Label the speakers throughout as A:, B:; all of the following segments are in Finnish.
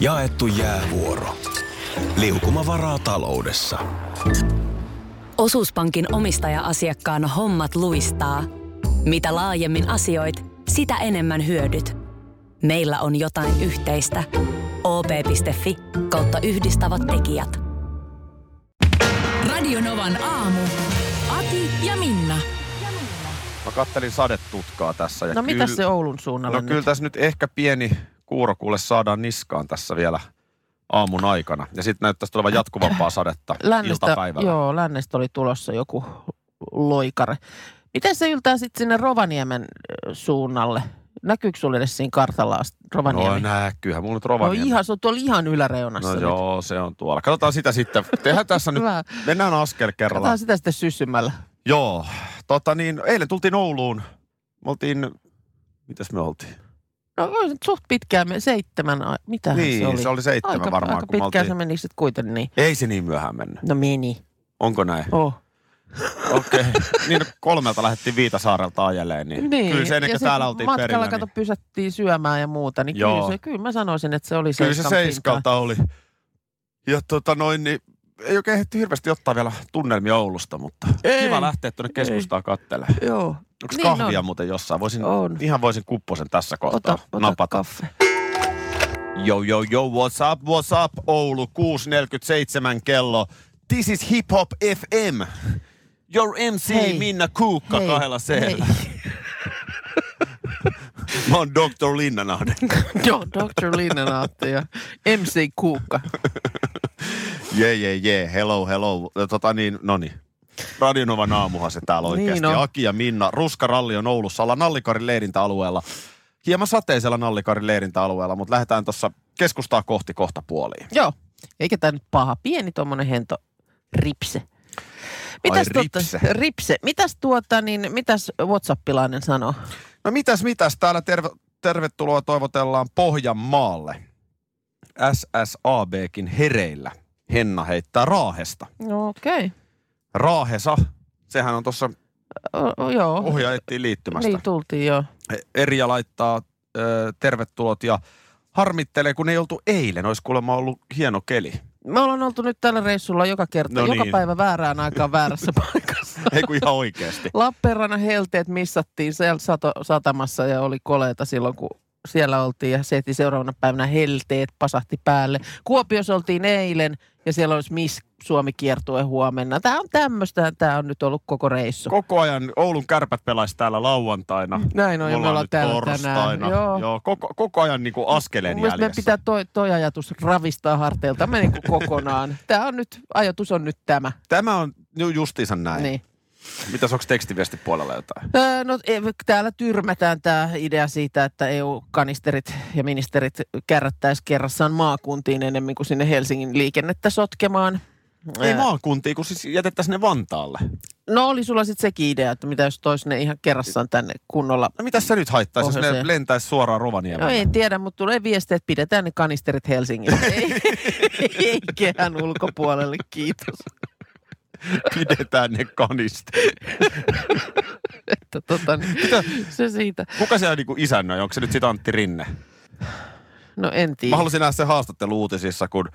A: Jaettu jäävuoro. Liukuma varaa taloudessa.
B: Osuuspankin omistaja-asiakkaan hommat luistaa. Mitä laajemmin asioit, sitä enemmän hyödyt. Meillä on jotain yhteistä. op.fi kautta yhdistävät tekijät.
C: Radionovan aamu. Ati ja Minna.
D: Mä kattelin sadetutkaa tässä. Ja
E: No mitä se Oulun
D: No
E: suunnalla
D: kyllä
E: nyt?
D: tässä nyt ehkä pieni kuuro kuule saadaan niskaan tässä vielä aamun aikana. Ja sitten näyttäisi tulevan jatkuvampaa sadetta
E: Lännestä,
D: iltapäivällä.
E: joo, lännestä oli tulossa joku loikare. Miten se yltää sitten sinne Rovaniemen ö, suunnalle? Näkyykö sulle edes siinä kartalla ast-
D: No
E: Rovaniemi?
D: näkyyhän, mulla nyt
E: no
D: Rovaniemi.
E: ihan, se on tuolla ihan yläreunassa.
D: no
E: nyt.
D: joo, se on tuolla. Katsotaan sitä sitten. Tehdään tässä nyt,
E: Hyvä.
D: mennään askel kerrallaan.
E: Katsotaan sitä sitten syssymällä.
D: Joo, tota niin, eilen tultiin Ouluun. Me oltiin, mitäs me oltiin?
E: No oli nyt suht pitkään, me- seitsemän, ai- mitähän
D: niin,
E: se oli?
D: seitsemän
E: aika,
D: varmaan,
E: aika
D: kun me
E: pitkään
D: oltiin.
E: se meni sitten kuitenkin niin.
D: Ei se niin myöhään mennyt.
E: No meni.
D: Onko näin?
E: Oh.
D: Okei. Niin no, kolmelta lähdettiin Viitasaarelta ajelleen, niin,
E: Niin.
D: kyllä se ennen
E: ja
D: kuin
E: sit
D: täällä oltiin
E: matkalla
D: perillä,
E: kato
D: niin
E: pysättiin syömään ja muuta, niin
D: Joo.
E: kyllä, se, kyllä mä sanoisin, että se oli
D: kyllä se
E: seiskan pintaan.
D: seiskalta oli. Ja tota noin, niin ei oikein ehditty hirveästi ottaa vielä tunnelmia Oulusta, mutta
E: Ei.
D: kiva lähteä tuonne keskustaan kattelemaan.
E: Joo.
D: Onko
E: Niin
D: kahvia
E: on.
D: muuten jossain? Voisin,
E: On.
D: Ihan voisin kupposen tässä kohtaa
E: Ota, ota
D: napata.
E: kaffe.
D: Yo, yo, yo, what's up, what's up, Oulu, 6.47 kello. This is Hip Hop FM. Your MC
E: Hei.
D: Minna Kuukka
E: Hei.
D: kahdella c Mä oon Dr. Linnanahde.
E: Joo, Dr. Linnanaatti ja MC Kuukka.
D: Jee, jee, jee, hello, hello. Tota niin, no niin. Radionovan aamuhan se täällä
E: Niin
D: oikeasti.
E: on.
D: Aki ja Minna, Ruskaralli on Oulussa, ollaan Nallikarin leirintäalueella. Hieman sateisella Nallikarin leirintäalueella, mutta lähdetään tuossa keskustaa kohti kohta puoliin.
E: Joo, eikä tämä nyt paha. Pieni tuommoinen hento ripse.
D: ripse.
E: Tuota, ripse. Mitäs tuota, niin mitäs Whatsappilainen sanoo?
D: No mitäs, mitäs. Täällä terve, tervetuloa toivotellaan Pohjanmaalle. SSABkin hereillä. Henna heittää Raahesta.
E: No okei.
D: Raahesa, sehän on tuossa
E: Okay. Joo.
D: ohjaettiin liittymästä.
E: Oh. Niin tultiin joo.
D: Erja laittaa ö, tervetulot ja harmittelee, kun ei oltu eilen. Olisi kuulemma ollut hieno keli.
E: Me ollaan oltu nyt tällä reissulla joka kerta,
D: No
E: no joka
D: niin.
E: päivä väärään aikaan väärässä paikassa.
D: Ei kun ihan oikeasti.
E: Lappeenrannan helteet missattiin siellä sato, satamassa ja oli koleita silloin, kun siellä oltiin ja se, että seuraavana päivänä helteet pasahti päälle. Kuopiossa oltiin eilen ja siellä olisi Miss Suomi kiertue huomenna. Tämä on tämmöistä, tämä on nyt ollut koko reissu.
D: Koko ajan Oulun kärpät pelaisi täällä lauantaina.
E: Näin on, ja No, me ollaan
D: nyt
E: täällä
D: torstaina.
E: tänään. Joo.
D: Joo, koko, koko ajan niin kuin askeleen
E: Mun mielestä meidän
D: jäljessä.
E: pitää toi, toi ajatus ravistaa harteilta, me niin kokonaan. Tämä on nyt, ajatus on nyt tämä.
D: Tämä on ju- justiinsa näin.
E: Niin.
D: Mitäs onko tekstiviestipuolella jotain?
E: Öö, No, e- täällä tyrmätään tämä idea siitä, että EU-kanisterit ja ministerit kärrättäisiin kerrassaan maakuntiin enemmän kuin sinne Helsingin liikennettä sotkemaan.
D: Ei
E: Öö,
D: maakuntiin, kun siis jätettäisiin ne Vantaalle.
E: No oli sulla sitten sekin idea, että mitä jos tois ne ihan kerrassaan tänne kunnolla.
D: No mitä se nyt haittaisi, jos ne
E: Pohjoiseen.
D: lentäisi suoraan
E: No
D: Rovaniemelle?
E: en tiedä, mutta tulee viesti, että pidetään ne kanisterit Helsingissä. ei, ei kehän ulkopuolelle, kiitos.
D: Pidetään ne kanista.
E: Että, tota, niin, se siitä.
D: Kuka siellä niinku isännöi? Onko se nyt sit Antti Rinne?
E: No en
D: Mä
E: tiedä.
D: halusin nähdä sen haastattelu uutisissa, kun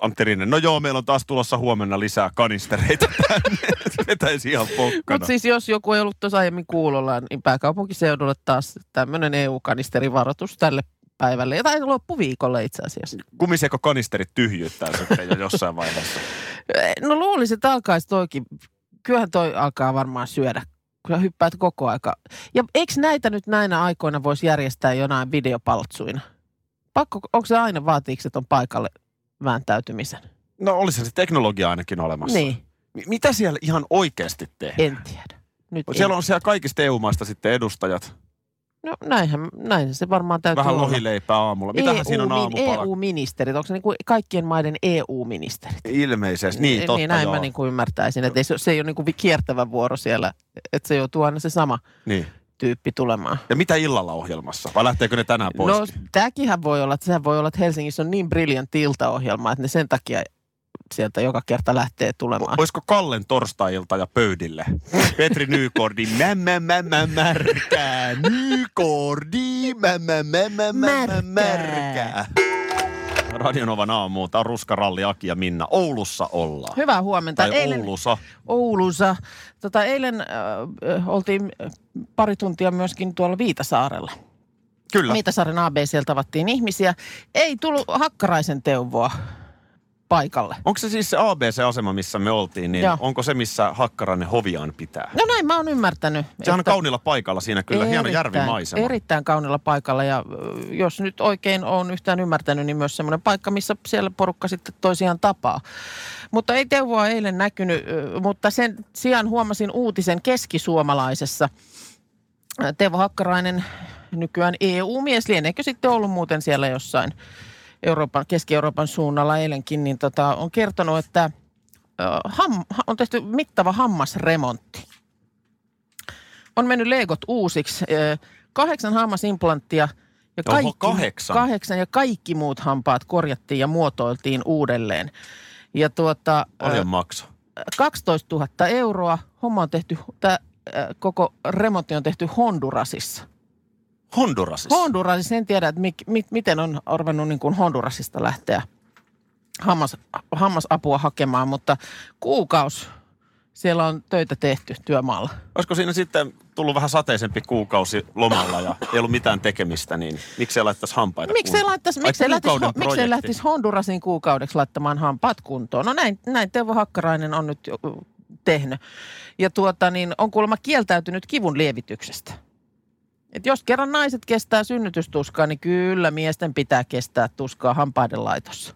D: Antti Rinne, no joo, meillä on taas tulossa huomenna lisää kanistereita tänne. Se Vetäisi ihan pokkana.
E: Mutta siis jos joku ei ollut tuossa aiemmin kuulolla, niin pääkaupunkiseudulle taas tämmöinen EU-kanisterivaroitus tälle päivälle. Ja tai loppuviikolle itse asiassa.
D: Kumiseeko kanisterit tyhjyyttää sitten jo jossain vaiheessa?
E: No luulisin, että alkaisi toikin. Kyllähän toi alkaa varmaan syödä. Kyllä hyppäät koko aika. Ja eikö näitä nyt näinä aikoina voisi järjestää jonain videopaltsuina? Pakko, onko se aina vaatiiko, että on paikalle vääntäytymisen?
D: No olisi se teknologia ainakin olemassa.
E: Niin,
D: M- mitä siellä ihan oikeasti tehdään?
E: en tiedä. Nyt
D: Siellä
E: en.
D: on siellä kaikista EU-maista sitten edustajat.
E: No näinhän, näin se varmaan täytyy
D: Vähän
E: olla. E
D: lohileipää aamulla. Mitähän siinä on aamupala?
E: EU-ministerit, onko se niin kuin kaikkien maiden EU-ministerit?
D: Ilmeisesti. Niin, totta
E: niin näin
D: joo.
E: mä niin kuin ymmärtäisin, että ei se, se ei ole niin kuin vi- kiertävä vuoro siellä, että se joutuu aina se sama
D: niin.
E: tyyppi tulemaan.
D: Ja mitä illalla ohjelmassa? Vai lähteekö ne tänään pois?
E: No tämäkinhän voi olla, että sehän voi olla, että Helsingissä on niin brilliant iltaohjelma, että ne sen takia sieltä joka kerta lähtee tulemaan.
D: Olisiko Kallen torstai-ilta ja pöydille? Petri Nykordin mä mä mä mä märkää. Nykordi mä mä mä mä mä mä märkää. Radionovan aamu. Tämä on Ruskaralli, Aki ja Minna. Oulussa ollaan.
E: Hyvää huomenta.
D: Tai Oulussa.
E: Oulussa. Tota, eilen äh, äh, oltiin äh, pari tuntia myöskin tuolla Viitasaarella.
D: Kyllä.
E: Viitasaaren ABCllä tavattiin ihmisiä. Ei tullut hakkaraisen teuvoa paikalle.
D: Onko se siis se ABC-asema, missä me oltiin, niin
E: Joo.
D: onko se, missä Hakkarainen hoviaan pitää?
E: No näin mä oon ymmärtänyt.
D: Se on
E: että-
D: kaunilla paikalla siinä kyllä, hieno järvimaisema.
E: Erittäin kaunilla paikalla ja ö, jos nyt oikein on yhtään ymmärtänyt, niin myös semmoinen paikka, missä siellä porukka sitten toisiaan tapaa. Mutta ei Teuvoa eilen näkynyt, ö, mutta sen sijaan huomasin uutisen keskisuomalaisessa. Ö, Teuvo Hakkarainen, nykyään EU-mies, lieneekö sitten ollut muuten siellä jossain Euroopan, Keski-Euroopan suunnalla eilenkin, niin tota, on kertonut, että ö, ham, ha- on tehty mittava hammasremontti on mennyt leegot uusiksi. Ö, Kahdeksan hammasimplanttia ja
D: Oho,
E: kaikki,
D: kahdeksan.
E: kahdeksan ja kaikki muut hampaat korjattiin ja muotoiltiin uudelleen. Ja tuota, ö,
D: Paljon makso.
E: 12 000 euroa. Homma on tehty, tämä koko remontti on tehty Hondurasissa.
D: Hondurasissa.
E: Hondurasissa, en tiedä, että mik, mit, miten on arvannut niin kuin Hondurasista lähteä hammas, hammasapua hakemaan, mutta kuukaus siellä on töitä tehty työmaalla.
D: Olisiko siinä sitten tullut vähän sateisempi kuukausi lomalla ja ei ollut mitään tekemistä, niin miksei laittaisi hampaita
E: Miksei
D: kuntoon?
E: laittaisi,
D: Ai,
E: miksei lähtisi,
D: kuukauden
E: miksei
D: projekti.
E: lähtisi Hondurasin kuukaudeksi laittamaan hampaat kuntoon? No näin, näin Teuvo Hakkarainen on nyt jo ö, tehnyt. Ja tuota niin, on kuulemma kieltäytynyt kivun lievityksestä. Et jos kerran naiset kestää synnytystuskaa, niin kyllä miesten pitää kestää tuskaa hampaiden laitossa.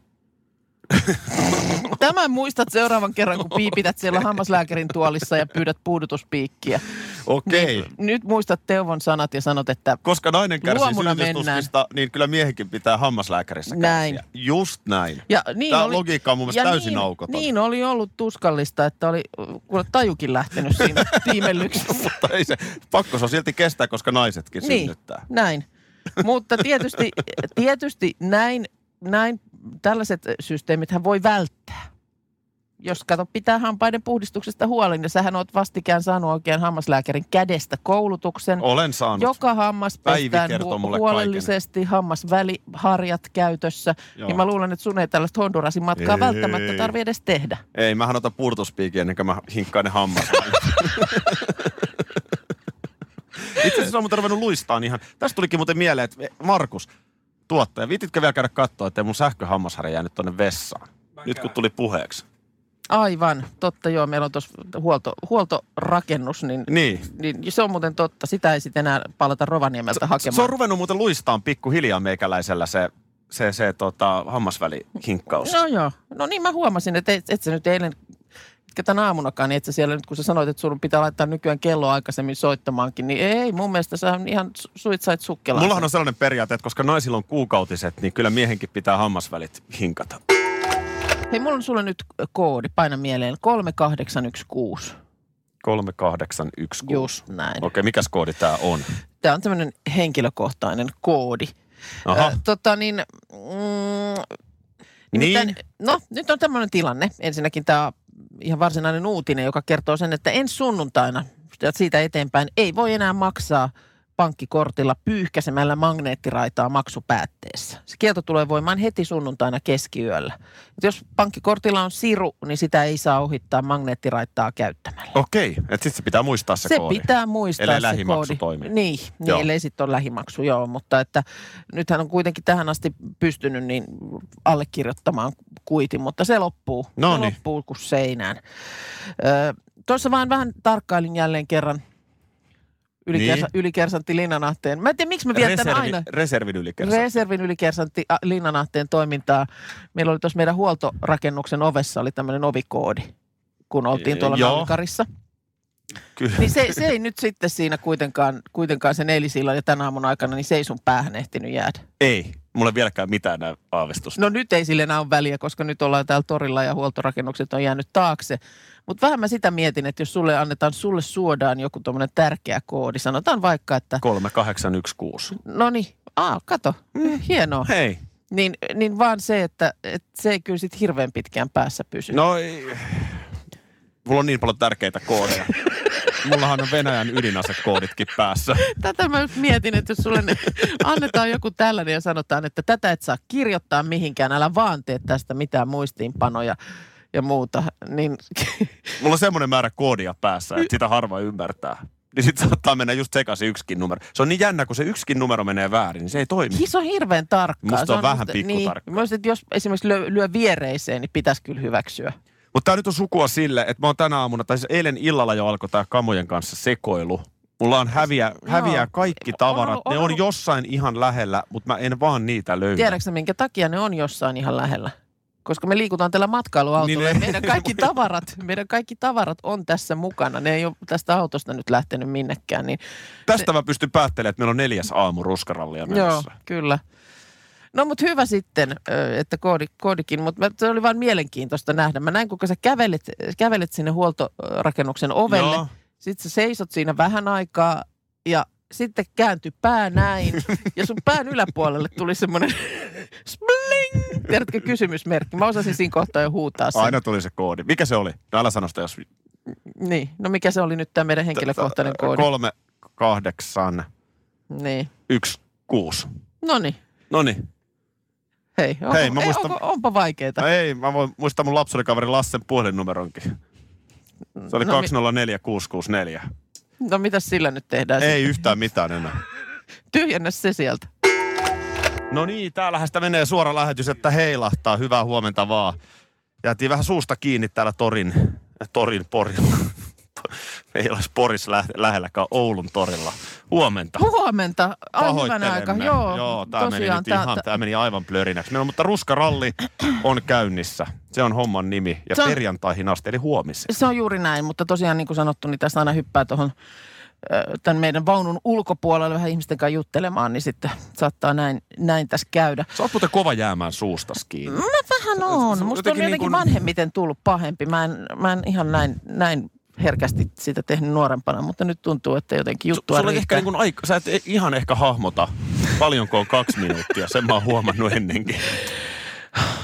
E: Tämän muistat seuraavan kerran, kun piipität siellä hammaslääkärin tuolissa ja pyydät puudutuspiikkiä.
D: Okei.
E: Niin, nyt muistat Teuvon sanat ja sanot, että
D: Koska nainen kärsii
E: Luomuna
D: synnytystuskista, niin kyllä miehenkin pitää hammaslääkärissä
E: Näin.
D: kärsiä. Just näin.
E: Ja niin
D: Tää
E: oli,
D: logiikka on mun mielestä
E: ja
D: täysin
E: niin,
D: aukoton.
E: Niin oli ollut tuskallista, että oli kuule tajukin lähtenyt siinä tiimellyksessä.
D: Mutta ei se, pakko se on silti kestää, koska naisetkin
E: niin,
D: synnyttää.
E: näin. Mutta tietysti, tietysti näin, näin tällaiset systeemithän voi välttää. Jos kato, pitää hampaiden puhdistuksesta huolen, ja sähän oot vastikään saanut oikein hammaslääkärin kädestä koulutuksen.
D: Olen saanut.
E: Joka hammas
D: Päivi
E: pestään
D: kertoo mulle
E: hu- huolellisesti, hammasväliharjat käytössä.
D: Joo.
E: Joo. Niin mä luulen, että sun ei tällaista Hondurasin
D: Ei.
E: matkaa ei. välttämättä tarvi edes tehdä.
D: Ei, mähän otan purtuspiikin ennen kuin mä hinkkaan ne hammas. Itse asiassa on muuten ruvennut luistaa ihan. Tästä tulikin muuten mieleen, että Markus, tuottaja, viititkö vielä käydä katsoa, että mun sähköhammasharja jäänyt tonne vessaan? Nyt kun tuli puheeksi.
E: Aivan, totta joo. Meillä on tuossa huolto, huoltorakennus, niin,
D: Niin.
E: niin se on muuten totta. Sitä ei sitten enää palata Rovaniemeltä hakemaan.
D: Se on ruvennut muuten luistaan pikkuhiljaa meikäläisellä se, se, se tota, hammasvälihinkkaus.
E: No joo. No niin mä huomasin, että et, et sä nyt eilen ketään aamunakaan, niin et sä siellä nyt kun sä sanoit, että sun pitää laittaa nykyään kello aikaisemmin soittamaankin, niin ei mun mielestä sä on ihan su- suit sait sukkelaan.
D: Mullahan on sellainen periaate, että koska naisilla on kuukautiset, niin kyllä miehenkin pitää hammasvälit hinkata.
E: Hei, mulla on sulle nyt koodi, paina mieleen, 3816.
D: 3816.
E: Just näin.
D: Okei, mikäs koodi tää on?
E: Tämä on tämmöinen henkilökohtainen koodi.
D: Aha.
E: Ö, tota niin, mm, nimittäin-
D: Niin?
E: No, nyt on tämmöinen tilanne. Ensinnäkin tämä ihan varsinainen uutinen, joka kertoo sen, että ensi sunnuntaina ja siitä eteenpäin ei voi enää maksaa pankkikortilla pyyhkäsemällä magneettiraitaa maksupäätteessä. Se kielto tulee voimaan heti sunnuntaina keskiyöllä. Et jos pankkikortilla on siru, niin sitä ei saa ohittaa magneettiraittaa käyttämällä.
D: Okei, että sitten se pitää muistaa se,
E: Se
D: koodi.
E: pitää muistaa
D: Ellei
E: se
D: lähimaksu
E: koodi.
D: toimi.
E: Niin,
D: Joo.
E: niin ellei sitten ole lähimaksu, joo. Mutta että nythän on kuitenkin tähän asti pystynyt niin allekirjoittamaan kuitin, mutta se loppuu.
D: No
E: se
D: niin.
E: loppuu kuin seinään. Öö, Tuossa vaan vähän tarkkailin jälleen kerran ylikersa,
D: Niin.
E: niin. ylikersantti Linnanahteen. Mä en tiedä, miksi mä vietän
D: Reservi,
E: aina
D: Reservin ylikersa.
E: reservin ylikersantti a, Linnanahteen toimintaa. Meillä oli tuossa meidän huoltorakennuksen ovessa oli tämmöinen ovikoodi, kun oltiin tuolla
D: Joo.
E: Malkarissa.
D: Kyllä.
E: Niin se, se ei nyt sitten siinä kuitenkaan, kuitenkaan sen eilisillan ja tämän aamun aikana, niin se ei sun päähän ehtinyt jäädä.
D: Ei, mulla ei vieläkään mitään nää aavistusta.
E: No nyt ei sille enää ole väliä, koska nyt ollaan täällä torilla ja huoltorakennukset on jäänyt taakse. Mutta vähän mä sitä mietin, että jos sulle annetaan sulle suodaan joku tuommoinen tärkeä koodi, sanotaan vaikka, että
D: 3816.
E: no niin, aa, kato, hienoa.
D: Hei.
E: Niin, niin vaan se, että, että se ei kyllä sit hirveän pitkään päässä pysy.
D: No ei. Mulla on niin paljon tärkeitä koodeja. Mullahan on Venäjän ydinasekooditkin päässä.
E: Tätä mä just mietin, että jos sulle ne, annetaan joku tällainen ja sanotaan, että tätä et saa kirjoittaa mihinkään, älä vaan tee tästä mitään muistiinpanoja ja muuta, niin
D: Mulla on semmoinen määrä koodia päässä, että sitä harva ymmärtää. Niin sit saattaa mennä just sekaisin yksikin numero. Se on niin jännä, kun se yksikin numero menee väärin, niin se ei toimi.
E: se on hirveän tarkkaa.
D: Musta
E: Se
D: on vähän
E: niin,
D: pikkutarkka.
E: Myös, että jos esimerkiksi lyö, lyö viereiseen, niin pitäisi kyllä hyväksyä.
D: Mutta tämä nyt on sukua sille, että mä oon tänä aamuna, tai siis eilen illalla jo alkoi tämä kamojen kanssa sekoilu. Mulla on häviä, häviää kaikki tavarat.
E: ollut- on
D: Ne on
E: ollut-
D: jossain ihan lähellä, mutta mä en vaan niitä löydä.
E: Tiedätkö sä, minkä takia ne on jossain ihan lähellä? Koska me liikutaan tällä matkailuautolla
D: Niin ne-
E: niin meidän, kaikki tavarat, meidän kaikki tavarat on tässä mukana. Ne ei ole tästä autosta nyt lähtenyt minnekään. Niin
D: Tästä mä pystyn päättelemään, että meillä on neljäs aamu ruskarallia
E: Joo,
D: menossa.
E: kyllä. No mutta hyvä sitten, ö, että koodi, koodikin, mutta se oli vain mielenkiintoista nähdä. Mä näin, kuinka sä kävelet, kävelet sinne huoltorakennuksen ovelle.
D: Joo.
E: Sitten sä seisot siinä vähän aikaa ja sitten kääntyi pää näin. Ja sun pään yläpuolelle tuli semmoinen spling, tiedätkö, kysymysmerkki. Mä osasin siinä kohtaa jo huutaa sen.
D: Aina tuli se koodi. Mikä se oli? No älä sano sitä, jos...
E: Niin, no mikä se oli nyt tämä meidän henkilökohtainen koodi?
D: äh, Kolme, kahdeksan,
E: Niin,
D: yksi, kuusi.
E: no niin.
D: Noniin.
E: Hei, onko,
D: Hei, mä
E: ei,
D: muistan-
E: onko, onpa vaikeeta.
D: No ei, mä voin muistaa mun lapsuudenkaverin Lassen puhelinnumeronkin. Se oli
E: No mi-
D: no, 204664.
E: No mitä sillä nyt tehdään?
D: Ei yhtään mitään enää.
E: Tyhjennä se sieltä.
D: No niin, täällähän sitä menee suora lähetys, että heilahtaa. Hyvää huomenta vaan. Jäätiin vähän suusta kiinni täällä torin, torin porilla. Me ei olisi Poris lähe- lähelläkään Oulun torilla. Huomenta.
E: Huomenta. Ai hyvänä aika.
D: Pahoittelemme.
E: Joo,
D: Joo tämä meni, nyt
E: tää-
D: ihan,
E: tää-
D: tämä meni aivan plörinäksi. Meillä on, mutta ruskaralli on käynnissä. Se on homman nimi. Ja
E: Se on-
D: perjantaihin asti, eli huomiseen.
E: Se on juuri näin, mutta tosiaan niin kuin sanottu, niin tässä aina hyppää tuohon tämän meidän vaunun ulkopuolelle vähän ihmisten kanssa juttelemaan, niin sitten saattaa näin, näin tässä käydä.
D: Sä oot muuten kova jäämään suustas
E: Mm.
D: kiinni.
E: Vähän on.
D: se-
E: Musta on
D: jotenkin niin
E: jotenkin
D: kuin-
E: vanhemmiten tullut pahempi. Mä en, mä en ihan näin, näin herkästi sitä tehnyt nuorempana, mutta nyt tuntuu, että jotenkin juttua
D: Sulla ehkä
E: riittää.
D: niin kuin aika, sä et e- ihan ehkä hahmota, paljonko on kaksi minuuttia. Sen mä oon huomannut ennenkin.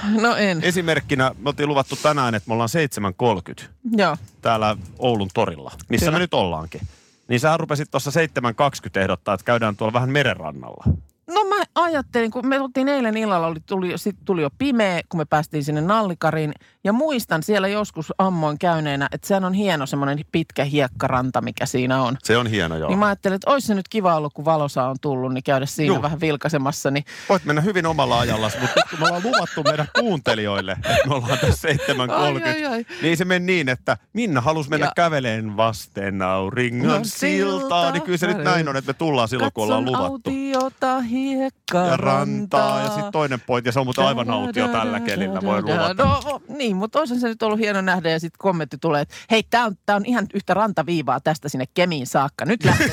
D: niinku-
E: No en.
D: Esimerkkinä me oltiin luvattu tänään, että me ollaan 7.30
E: Joo.
D: täällä Oulun torilla, missä
E: Kyllä.
D: me nyt ollaankin. Niin sä rupesit tuossa 7.20 ehdottaa, että käydään tuolla vähän merenrannalla.
E: No mä ajattelin, kun me oltiin eilen illalla, oli, tuli, sit tuli jo pimeä, kun me päästiin sinne Nallikariin. Ja muistan siellä joskus ammoin käyneenä, että sehän on hieno semmoinen pitkä hiekkaranta, mikä siinä on.
D: Se on hieno joo.
E: Niin mä ajattelin, että olisi se nyt kiva ollut, kun valosa on tullut, niin käydä siinä
D: Juu.
E: vähän vilkaisemassa. Niin
D: Voit mennä hyvin omalla ajallasi, mutta nyt kun me ollaan luvattu meidän kuuntelijoille, että me ollaan tässä 7.30,
E: Ai, ai, ai.
D: niin se meni niin, että Minna halusi mennä
E: Ja-
D: ja. käveleen vasten
E: No,
D: auringon
E: siltaa.
D: siltaa. Niin kyllä se nyt näin on, että me tullaan silloin, kun ollaan
E: katson
D: luvattu.
E: autiota hiekkarantaa.
D: Ja rantaa ja sitten toinen pointti, ja se on muuten aivan autio tällä kelillä, voi luvata.
E: No o- niin, mutta olisihan se nyt ollut hieno nähdä ja sitten kommentti tulee, että hei, tämä on, tää on ihan yhtä rantaviivaa tästä sinne Kemiin saakka. Nyt lähtee.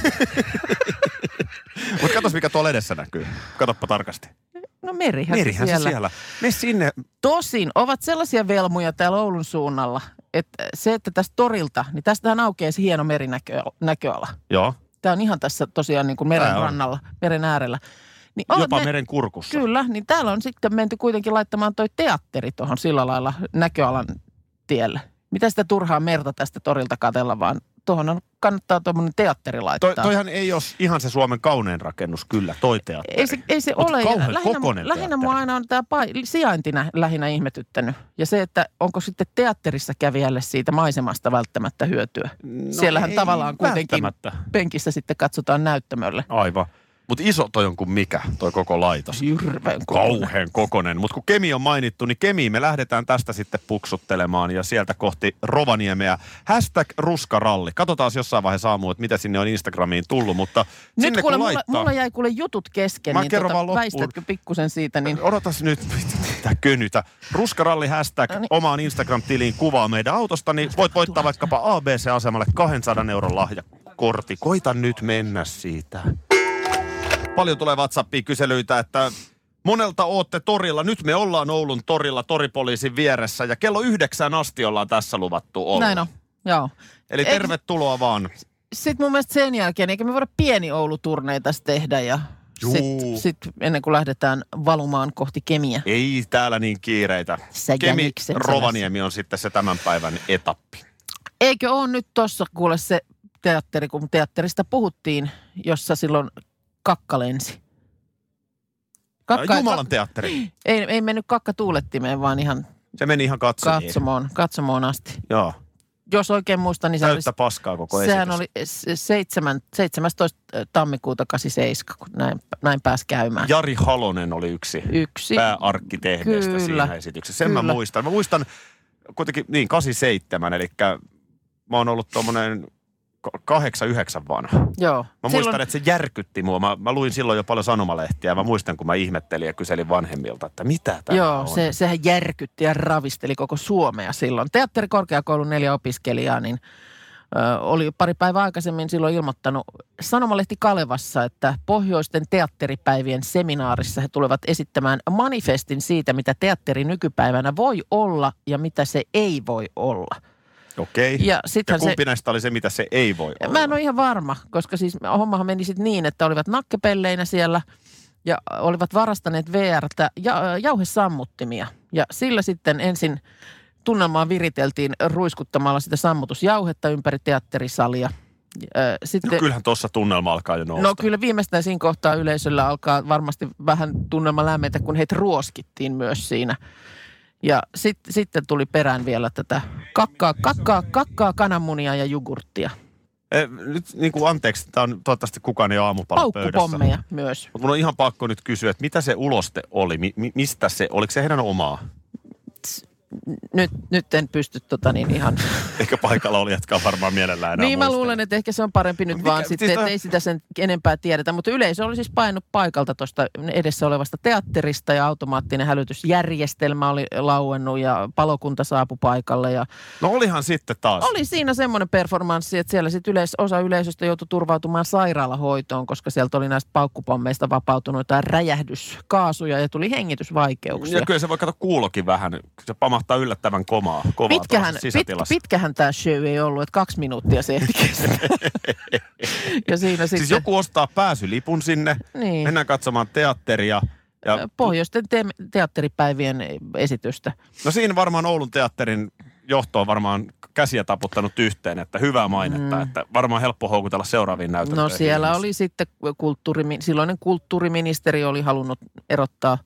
D: Mutta katos, mikä tuolla edessä näkyy. Katoppa tarkasti.
E: No merihän,
D: Merihän
E: se
D: se
E: siellä.
D: siellä. Me sinne.
E: Tosin ovat sellaisia velmuja täällä Oulun suunnalla, että se, että tästä torilta, niin tästähän aukeaa se hieno merinäköala.
D: Joo,
E: Tämä on ihan tässä tosiaan niin kuin meren
D: Tää on.
E: rannalla, meren äärellä. Niin
D: jopa
E: olet-
D: meren kurkussa.
E: Kyllä, niin täällä on sitten menty kuitenkin laittamaan toi teatteri tuohon sillä lailla näköalan tielle. Mitä sitä turhaa merta tästä torilta katella, vaan tuohon on, kannattaa tuommoinen teatteri laittaa.
D: Toi, toihan ei ole ihan se Suomen kaunein rakennus, kyllä, toi teatteri.
E: Ei se, ei se
D: Mut
E: ole. Ja
D: kauhean
E: Lähinnä,
D: kokoinen
E: lähinnä
D: teatteri.
E: mua aina on tämä sijainti nä- lähinnä ihmetyttänyt. Ja se, että onko sitten teatterissa kävijälle siitä maisemasta välttämättä hyötyä. No Siellähän
D: ei
E: tavallaan kuitenkin
D: välttämättä.
E: penkissä sitten katsotaan näyttämölle.
D: Aivan. Mutta iso toi on kuin mikä, toi koko laitos.
E: Hirveän kokoinen.
D: Kauhean kokonen. Mutta kun Kemi on mainittu, niin Kemi me lähdetään tästä sitten puksuttelemaan ja sieltä kohti Rovaniemeä. Hashtag ruskaralli. Katsotaan jossain vaiheessa aamu, että mitä sinne on Instagramiin tullut, mutta
E: Nyt
D: sinne
E: kuule,
D: kun
E: mulla,
D: laittaa...
E: mulla jäi kuule jutut kesken,
D: Mä
E: niin
D: kerron vaan
E: tota,
D: loppuun.
E: väistätkö pikkusen siitä, niin
D: Odotas nyt, mitä könytä. Ruskaralli hashtag
E: No niin.
D: omaan Instagram-tiliin kuvaa meidän autosta, niin voit voittaa vaikkapa ABC-asemalle 200 euron lahjakortti. Koita nyt mennä siitä. Paljon tulee WhatsAppiin kyselyitä, että monelta ootte torilla. Nyt me ollaan Oulun torilla toripoliisin vieressä ja kello yhdeksään asti ollaan tässä luvattu olla.
E: näin on. Joo.
D: Eli
E: Eikö-
D: tervetuloa vaan.
E: Sitten mun mielestä sen jälkeen, eikä me voida pieni Oulu-turneita tässä tehdä ja
D: Juu.
E: sitten sit ennen kuin lähdetään valumaan kohti Kemiä.
D: Ei täällä niin kiireitä.
E: Sä
D: Kemi
E: jäniksen selässä.
D: Rovaniemi on sitten se tämän päivän etappi.
E: Eikö ole nyt tossa kuule se teatteri, kun teatterista puhuttiin, jossa silloin kakka lensi.
D: Kakka, Jumalan teatteri.
E: ei, ei mennyt kakka tuulettimeen, vaan ihan
D: Se niin. meni ihan katsomaan.
E: katsomoon, katsomoon asti.
D: Joo.
E: Jos oikein muistan, niin se oli,
D: Täyttä paskaa koko
E: sehän
D: esitys.
E: oli se- seitsemän- 17. tammikuuta 87, kun näin, näin pääsi käymään.
D: Jari Halonen oli yksi
E: Yksi.
D: pääarkkitehdeistä
E: Niin. Kyllä.
D: siinä esityksessä. Sen mä
E: Kyllä.
D: muistan. Mä muistan kuitenkin, niin 87, eli mä oon ollut tuommoinen 8-9 vanha.
E: Joo.
D: Mä
E: Silloin-
D: muistan, että se järkytti mua. Mä, mä luin silloin jo paljon sanomalehtiä. Mä muistan, kun mä ihmettelin ja kyselin vanhemmilta, että mitä tämä
E: Joo,
D: on.
E: se, sehän järkytti ja ravisteli koko Suomea silloin. Teatterikorkeakoulun neljä opiskelijaa, niin ö, oli pari päivää aikaisemmin silloin ilmoittanut Sanomalehti Kalevassa, että pohjoisten teatteripäivien seminaarissa he tulevat esittämään manifestin siitä, mitä teatteri nykypäivänä voi olla ja mitä se ei voi olla.
D: Okei. Okay.
E: Ja
D: Ja
E: sittenhän se...
D: kumpi näistä oli se, mitä se ei voi olla? No
E: Mä en ole ihan varma, koska siis hommahan meni sitten niin, että olivat nakkepelleinä siellä ja olivat varastaneet VRtä ja, äh, jauhesammuttimia. Ja sillä sitten ensin tunnelmaa viriteltiin ruiskuttamalla sitä sammutusjauhetta ympäri teatterisalia. Ö, Sitten,
D: No, kyllähän tuossa tunnelma alkaa jo nousta.
E: No kyllä viimeistään siinä kohtaa yleisöllä alkaa varmasti vähän tunnelma lämmetä, kun heitä ruoskittiin myös siinä. Ja sit, sitten tuli perään vielä tätä kakkaa, kakkaa, kakkaa, kananmunia ja jogurttia.
D: Eh, Nyt niin kuin anteeksi, tämä on toivottavasti kukaan ei ole aamupala pöydässä.
E: Paukkupommeja myös.
D: Mutta mun on ihan pakko nyt kysyä, että mitä se uloste oli? Mi- mi- mistä se? Oliko se heidän omaa?
E: Nyt, nyt en pysty tota niin ihan.
D: Ehkä paikalla oli, jotka on varmaan mielellään enää
E: niin mä
D: muistele.
E: luulen, että ehkä se on parempi nyt
D: Mikä-
E: vaan
D: siis
E: sitten, että
D: toi-
E: ei sitä sen enempää tiedetä. Mutta yleisö oli siis painut paikalta tuosta edessä olevasta teatterista ja automaattinen hälytysjärjestelmä oli lauennut ja palokunta saapui paikalle. Ja
D: No olihan sitten taas.
E: oli siinä semmoinen performanssi, että siellä sitten yleis, osa yleisöstä joutui turvautumaan sairaalahoitoon, koska sieltä oli näistä paukkupommeista vapautunut jotain räjähdyskaasuja ja tuli hengitysvaikeuksia.
D: Ja kyllä se voi katsoa kuulokin vähän. Kyllä Se pamahtaa yllättävän komaa, kovaa
E: Pitkähän,
D: tuollaisessa
E: pit,
D: sisätilassa.
E: pitkähän tämä show ei ollut, että kaksi minuuttia se ehti kestää. ja siinä sitten
D: Siis joku ostaa pääsylipun sinne,
E: Niin.
D: mennään katsomaan teatteria. Ja,
E: pohjoisten te- teatteripäivien esitystä.
D: no siinä varmaan Oulun teatterin johto on varmaan käsiä taputtanut yhteen, että hyvää mainetta, mm. että varmaan helppo houkutella seuraaviin näytelmiin.
E: No siellä
D: niin.
E: oli sitten kulttuurimi- silloinen kulttuuriministeri oli halunnut erottaa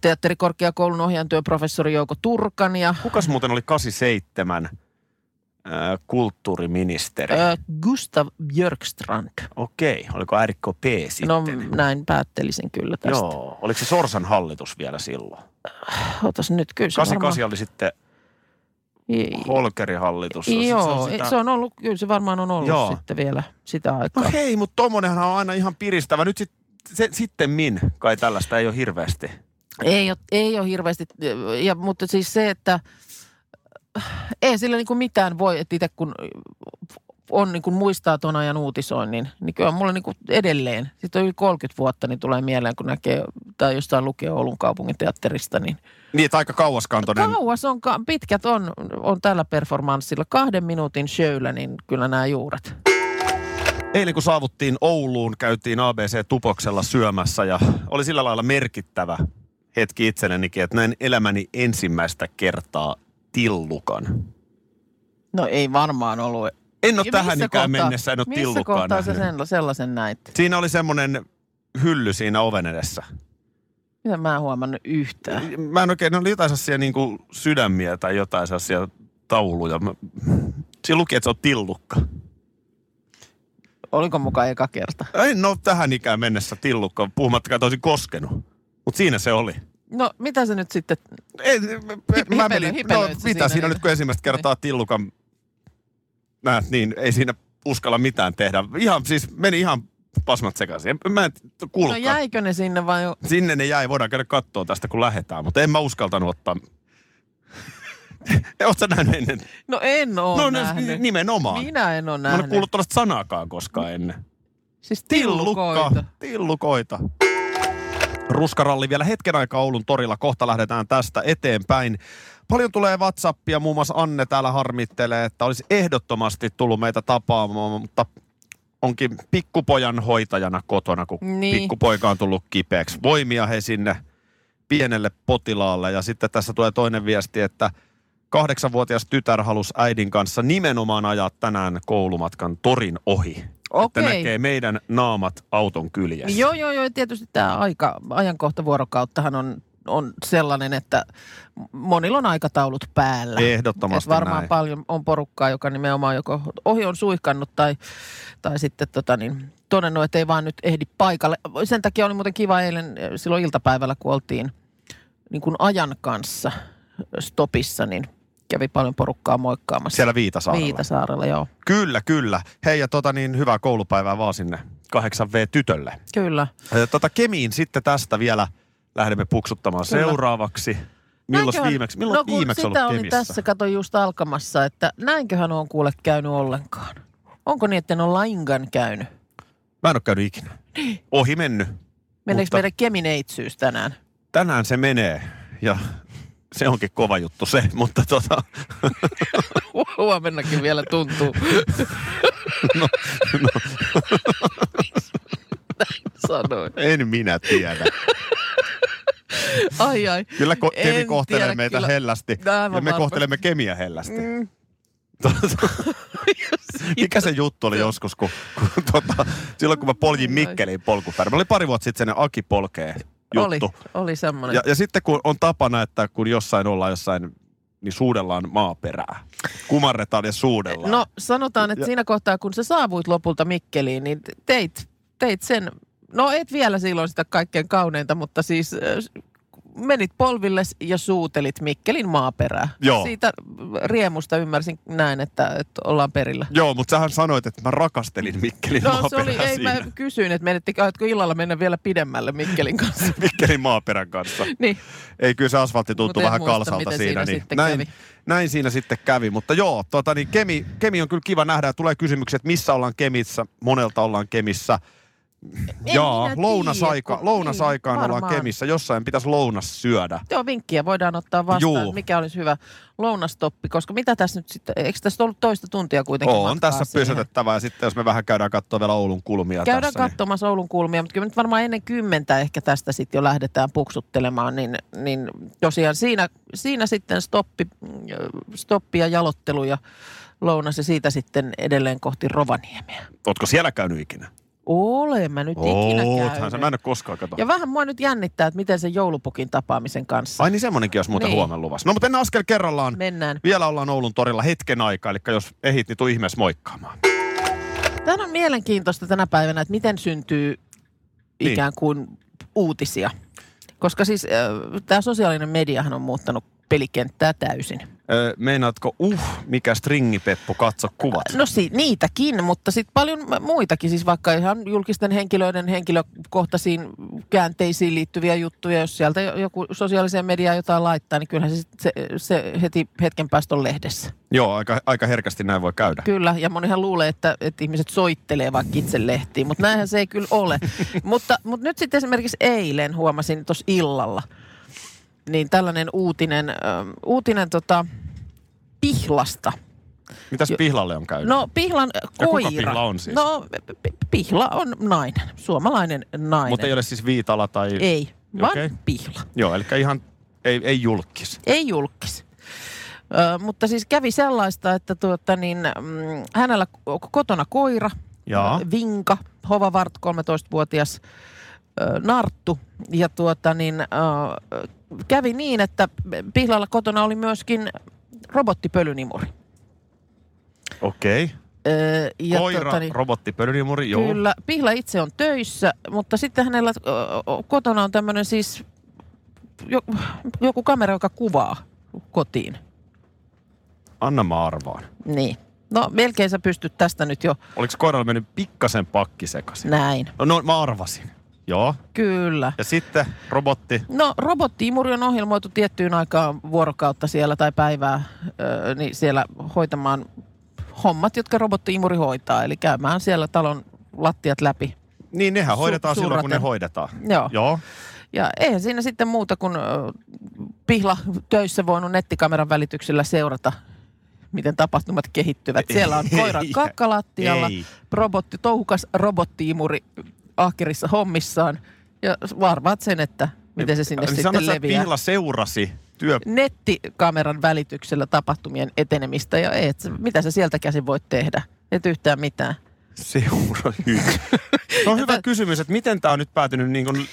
E: teatterikorkeakoulun ohjaajan professori Jouko Turkan ja
D: Kukas muuten oli 87 ää, kulttuuriministeri?
E: ö, Gustav Björkstrand.
D: Okei, oliko Erikko P. sitten?
E: No näin päättelisin kyllä tästä. Joo.
D: Joo, oliko se Sorsan hallitus vielä silloin?
E: Otas nyt kyllä se
D: 88 oli sitten
E: varmaan...
D: Holkerin hallitus.
E: Joo,
D: on
E: se,
D: sitä-
E: se on ollut, kyllä se varmaan on ollut
D: Joo.
E: Joo. sitten vielä sitä aikaa.
D: No hei, mutta tommonenhan on aina ihan piristävä. Nyt sit, se, sitten min, kai tällaista ei ole hirveästi.
E: Ei ole, ei ole hirveästi, ja, mutta siis se, että ei sillä niinku mitään voi, että itse kun on niinku muistaa tuon ajan uutisoinnin, niin kyllä mulla niinku edelleen, sitten on yli 30 vuotta, niin tulee mieleen, kun näkee, tai jostain lukee Oulun kaupungin teatterista, niin
D: Niin, että aika kauaskantoinen.
E: kauas on, ka- pitkät on, on tällä performanssilla, kahden minuutin showlla, niin kyllä nämä juuret.
D: Eilen kun saavuttiin Ouluun, käytiin ABC Tupoksella syömässä ja oli sillä lailla merkittävä hetki itsellenikin, että näin elämäni ensimmäistä kertaa tillukan.
E: No ei varmaan ollut.
D: En ole
E: Ja
D: tähän
E: missä
D: ikään
E: kohtaa-
D: No mennessä, en ole
E: Missä
D: tillukaan
E: kohtaa sä
D: nähnyt.
E: sen, sellaisen näit?
D: Siinä oli semmoinen hylly siinä oven edessä.
E: Mitä mä en huomannut yhtään.
D: Mä en oikein, ne oli jotain sellaisia niin kuin sydämiä tai jotain sellaisia tauluja. Mä, siinä luki, että se on tillukka.
E: Oliko mukaan eka kerta?
D: En ole tähän ikään mennessä tillukka, puhumattakaan, että olisin koskenut. Mutta siinä se oli.
E: No mitä se nyt sitten, no
D: Ei,
E: Hip-
D: mä
E: hipelö-
D: menin, no,
E: hipelöit
D: mitä siinä,
E: sä
D: siinä
E: siinä niinku?
D: nyt kun ensimmäistä kertaa tillukan näet, niin ei siinä uskalla mitään tehdä. Ihan, siis meni ihan pasmat sekaisin. En- Mä en
E: no
D: kuullutkaan.
E: jäikö ne sinne vai?
D: Sinne ne jäi, voidaan käydä kattoon tästä kun lähetään, mutta en mä uskaltanut ottaa. Oletko nähnyt ennen?
E: No en oo
D: no
E: nähnyt.
D: n- nimenomaan.
E: Minä en oo
D: mä en ole
E: nähnyt.
D: kuullut tuollaista sanaakaan koskaan ennen.
E: Siis
D: Tillukka.
E: tillukoita.
D: Tillukoita. Ruskaralli vielä hetken aikaa Oulun torilla. Kohta lähdetään tästä eteenpäin. Paljon tulee Whatsappia. Muun muassa Anne täällä harmittelee, että olisi ehdottomasti tullut meitä tapaamaan, mutta onkin pikkupojan hoitajana kotona, kun niin.
E: Niin.
D: pikkupoika on tullut kipeäksi. Voimia he sinne pienelle potilaalle. Ja sitten tässä tulee toinen viesti, että Kahdeksanvuotias tytär halusi äidin kanssa nimenomaan ajaa tänään koulumatkan torin ohi. Että
E: Okei.
D: näkee meidän naamat auton kyljessä.
E: Joo, joo, joo. Tietysti tämä aika, ajankohta vuorokauttahan on, on sellainen, että monilla on aikataulut päällä.
D: Ehdottomasti
E: Et varmaan
D: näin.
E: paljon on porukkaa, joka nimenomaan joko ohi on suihkannut tai, tai sitten tota niin, todennut, että ei vaan nyt ehdi paikalle. Sen takia oli muuten kiva eilen eh, silloin iltapäivällä, kun oltiin niin kuin ajan kanssa eh, stopissa, niin kävi paljon porukkaa moikkaamassa.
D: Siellä Viitasaarella.
E: Viitasaarella, joo.
D: Kyllä, kyllä. Hei ja tota niin, hyvää koulupäivää vaan sinne 8V-tytölle.
E: Kyllä.
D: Ö, Tota Kemiin sitten tästä vielä lähdemme puksuttamaan
E: Kyllä.
D: Kyllä. seuraavaksi. Milloin
E: Näinköhän-
D: viimeksi, milloin
E: no, kun
D: viimeksi
E: sitä
D: ollut
E: oli
D: Kemissä?
E: tässä, kato just alkamassa, että näinköhän on kuule käynyt ollenkaan. Onko niin, että en ole lainkaan käynyt?
D: Mä en ole käynyt ikinä. Ohi mennyt.
E: Meneekö
D: Mutta-
E: meidän kemineitsyys tänään?
D: Tänään se menee ja se onkin kova juttu se, mutta tota,
E: Huomennakin vielä tuntuu.
D: No,
E: Sanoin.
D: en minä tiedä.
E: Ai ai.
D: Kyllä ko- Kemi
E: En
D: kohtelee
E: tiedä,
D: meitä
E: kyllä.
D: hellästi
E: Aivan
D: ja me
E: varmasti.
D: kohtelemme Kemiä hellästi.
E: Mm.
D: Tota, Mikä se juttu oli joskus, kun, kun tota, silloin kun mä poljin Mikkelin polkupyörä. Mä oli pari vuotta sitten sellainen Aki polkee juttu.
E: Oli, oli semmoinen.
D: Ja, ja sitten kun on tapana, että kun jossain ollaan jossain, niin suudellaan maaperää. Kumarretaan ja suudellaan.
E: No sanotaan, että
D: Ja-
E: siinä kohtaa, kun sä saavuit lopulta Mikkeliin, niin teit, teit sen, no et vielä silloin sitä kaikkein kauneinta, mutta siis äh, menit polville ja suutelit Mikkelin maaperää.
D: Joo.
E: Siitä riemusta ymmärsin näin, että, että ollaan perillä.
D: Joo, mutta sähän sanoit, että mä rakastelin Mikkelin
E: No se
D: maaperää
E: oli, ei
D: siinä.
E: mä kysyin, että menettekö, aiotko illalla mennä vielä pidemmälle Mikkelin kanssa.
D: Mikkelin maaperän kanssa.
E: niin,
D: Ei, kyllä se asfaltti
E: Mut
D: tuntuu
E: en
D: vähän
E: muista,
D: kalsalta
E: miten
D: siinä.
E: siinä
D: niin
E: sitten
D: näin,
E: kävi.
D: näin siinä sitten kävi. Mutta joo, tota, niin kemi, kemi on kyllä kiva nähdä. Tulee kysymykset, että missä ollaan Kemissä. Monelta ollaan Kemissä.
E: En
D: Jaa,
E: minä tiedä,
D: lounasaika,
E: kun-
D: lounasaikaan
E: niin,
D: ollaan
E: varmaan.
D: Kemissä. Jossain pitäisi lounas syödä.
E: joo, vinkkiä voidaan ottaa vastaan,
D: Juu.
E: että mikä olisi hyvä lounastoppi, koska mitä tässä nyt sitten, eikö tässä ollut toista tuntia kuitenkin
D: On
E: matkaa
D: tässä
E: siihen?
D: pysytettävä ja sitten jos me vähän käydään katsoa vielä Oulun kulmia
E: Käydään
D: tässä. niin-
E: katsomassa Oulun kulmia, mutta kyllä nyt varmaan ennen kymmentä ehkä tästä sitten jo lähdetään puksuttelemaan, niin, niin tosiaan siinä, siinä sitten stoppi, mm, stoppi ja jalottelu ja lounas ja siitä sitten edelleen kohti Rovaniemeä.
D: Ootko siellä käynyt ikinä?
E: Olen mä nyt ikinä
D: Oothan sä, mä en
E: käynyt.
D: ole koskaan kato.
E: Ja vähän mua nyt jännittää, että miten se joulupukin tapaamisen kanssa.
D: Ai niin semmonenkin olisi muuten
E: Niin.
D: niin. huomenna luvassa. No mutta mennään askel kerrallaan.
E: Mennään.
D: Vielä ollaan Oulun torilla hetken aikaa, eli jos ehit, niin tuu ihmeessä moikkaamaan.
E: Tämä on mielenkiintoista tänä päivänä, että miten syntyy
D: Niin.
E: ikään kuin uutisia. Koska siis äh, tämä sosiaalinen mediahan on muuttanut pelikenttää täysin.
D: Öö, meinaatko, uh, mikä stringipeppu, katso kuvat.
E: No si- niitäkin, mutta sitten paljon m- muitakin, siis vaikka ihan julkisten henkilöiden henkilökohtaisiin käänteisiin liittyviä juttuja, jos sieltä jo- joku sosiaaliseen mediaan jotain laittaa, niin kyllähän se, sit- se, se heti hetken päästä on lehdessä.
D: Joo, aika, aika herkästi näin voi käydä.
E: Kyllä, ja monihan luulee, että, että ihmiset soittelee vaikka itse lehtiin, mutta näinhän se ei kyllä ole. mutta, mutta nyt sitten esimerkiksi eilen huomasin tuossa illalla, niin tällainen uutinen, ö, uutinen tota, Pihlasta –
D: Mitäs
E: Jo-
D: pihlalle on käynyt?
E: No Pihlan
D: Ja
E: koira.
D: kuka Pihla on siis?
E: No P- Pihla on nainen, suomalainen nainen.
D: Mutta ei ole siis Viitala tai...
E: Ei, vaan
D: Okei.
E: Pihla.
D: Joo, eli ihan ei, ei julkis.
E: Ei julkis. Ö, mutta siis kävi sellaista, että tuota, niin, mm, hänellä ko- kotona koira,
D: Jaa.
E: ö, Vinka, Hovavart, 13-vuotias ö, narttu. Ja tuota, niin, ö, ö, kävi niin, että Pihlalla kotona oli myöskin robottipölynimuri.
D: Okei. Okay.
E: Ö, ja
D: Koira,
E: tuota
D: robotti, robottipölynimuri, joo.
E: Kyllä, Pihla itse on töissä, mutta sitten hänellä ö, ö, kotona on tämmöinen siis jo- joku kamera, joka kuvaa kotiin.
D: Anna mä arvaan.
E: Niin. No melkein sä pystyt tästä nyt jo
D: Oliko koiralla mennyt pikkasen pakki sekaisin?
E: näin.
D: No, no mä arvasin. Joo.
E: Kyllä.
D: Ja sitten robotti.
E: No robottiimuri on ohjelmoitu tiettyyn aikaan vuorokautta siellä tai päivää, ö, niin siellä hoitamaan hommat, jotka robottiimuri hoitaa. Eli käymään siellä talon lattiat läpi.
D: Niin nehän
E: Su-
D: hoidetaan silloin, kun ne
E: suurraten.
D: hoidetaan.
E: Joo.
D: Joo.
E: Ja eihän siinä sitten muuta kuin ö, pihla töissä voinut nettikameran välityksellä seurata, miten tapahtumat kehittyvät. Siellä on koiran
D: Ei.
E: kakkalattialla,
D: Ei.
E: robotti, touhukas robottiimuri ahkerissa hommissaan. Ja varvaat sen, että miten se sinne
D: Niin
E: sitten
D: sanoit sä, että
E: leviää.
D: Pihla seurasi Työ.
E: nettikameran välityksellä tapahtumien etenemistä ja et, sä- mitä sä sieltä käsin voit tehdä? Et yhtään mitään.
D: Seura yksi. Se on hyvä kysymys, että miten tämä on nyt päätynyt niin kuin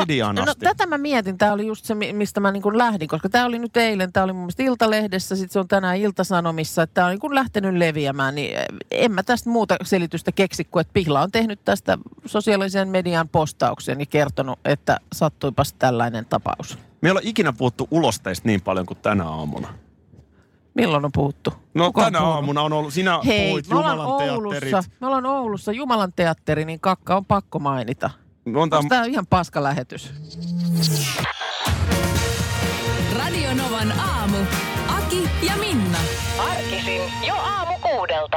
D: mediaan
E: no,
D: asti?
E: tätä mä mietin. Tämä oli just se, mi- mistä mä niin kuin lähdin, koska tämä oli nyt eilen. Tämä oli mun mielestä Iltalehdessä, sitten se on tänään Iltasanomissa. Tämä on niin kuin lähtenyt leviämään, niin eh, en mä tästä muuta selitystä keksi, kuin että Pihla on tehnyt tästä sosiaalisen median postauksen ja kertonut, että sattuipas tällainen tapaus.
D: Me ei ole ikinä puhuttu ulosteista niin paljon kuin tänä aamuna.
E: Milloin on puhuttu?
D: No
E: Kuka on
D: tänä
E: puhunut?
D: aamuna on ollut, sinä
E: Hei,
D: puhuit
E: me ollaan,
D: Jumalan teatterit.
E: Oulussa, me ollaan Oulussa Jumalan teatteri, niin kakka on pakko mainita.
D: On tää-
E: Onko tämä ihan paska lähetys?
C: Radio Novan aamu. Aki ja Minna.
F: Arkisin jo aamu kuudelta.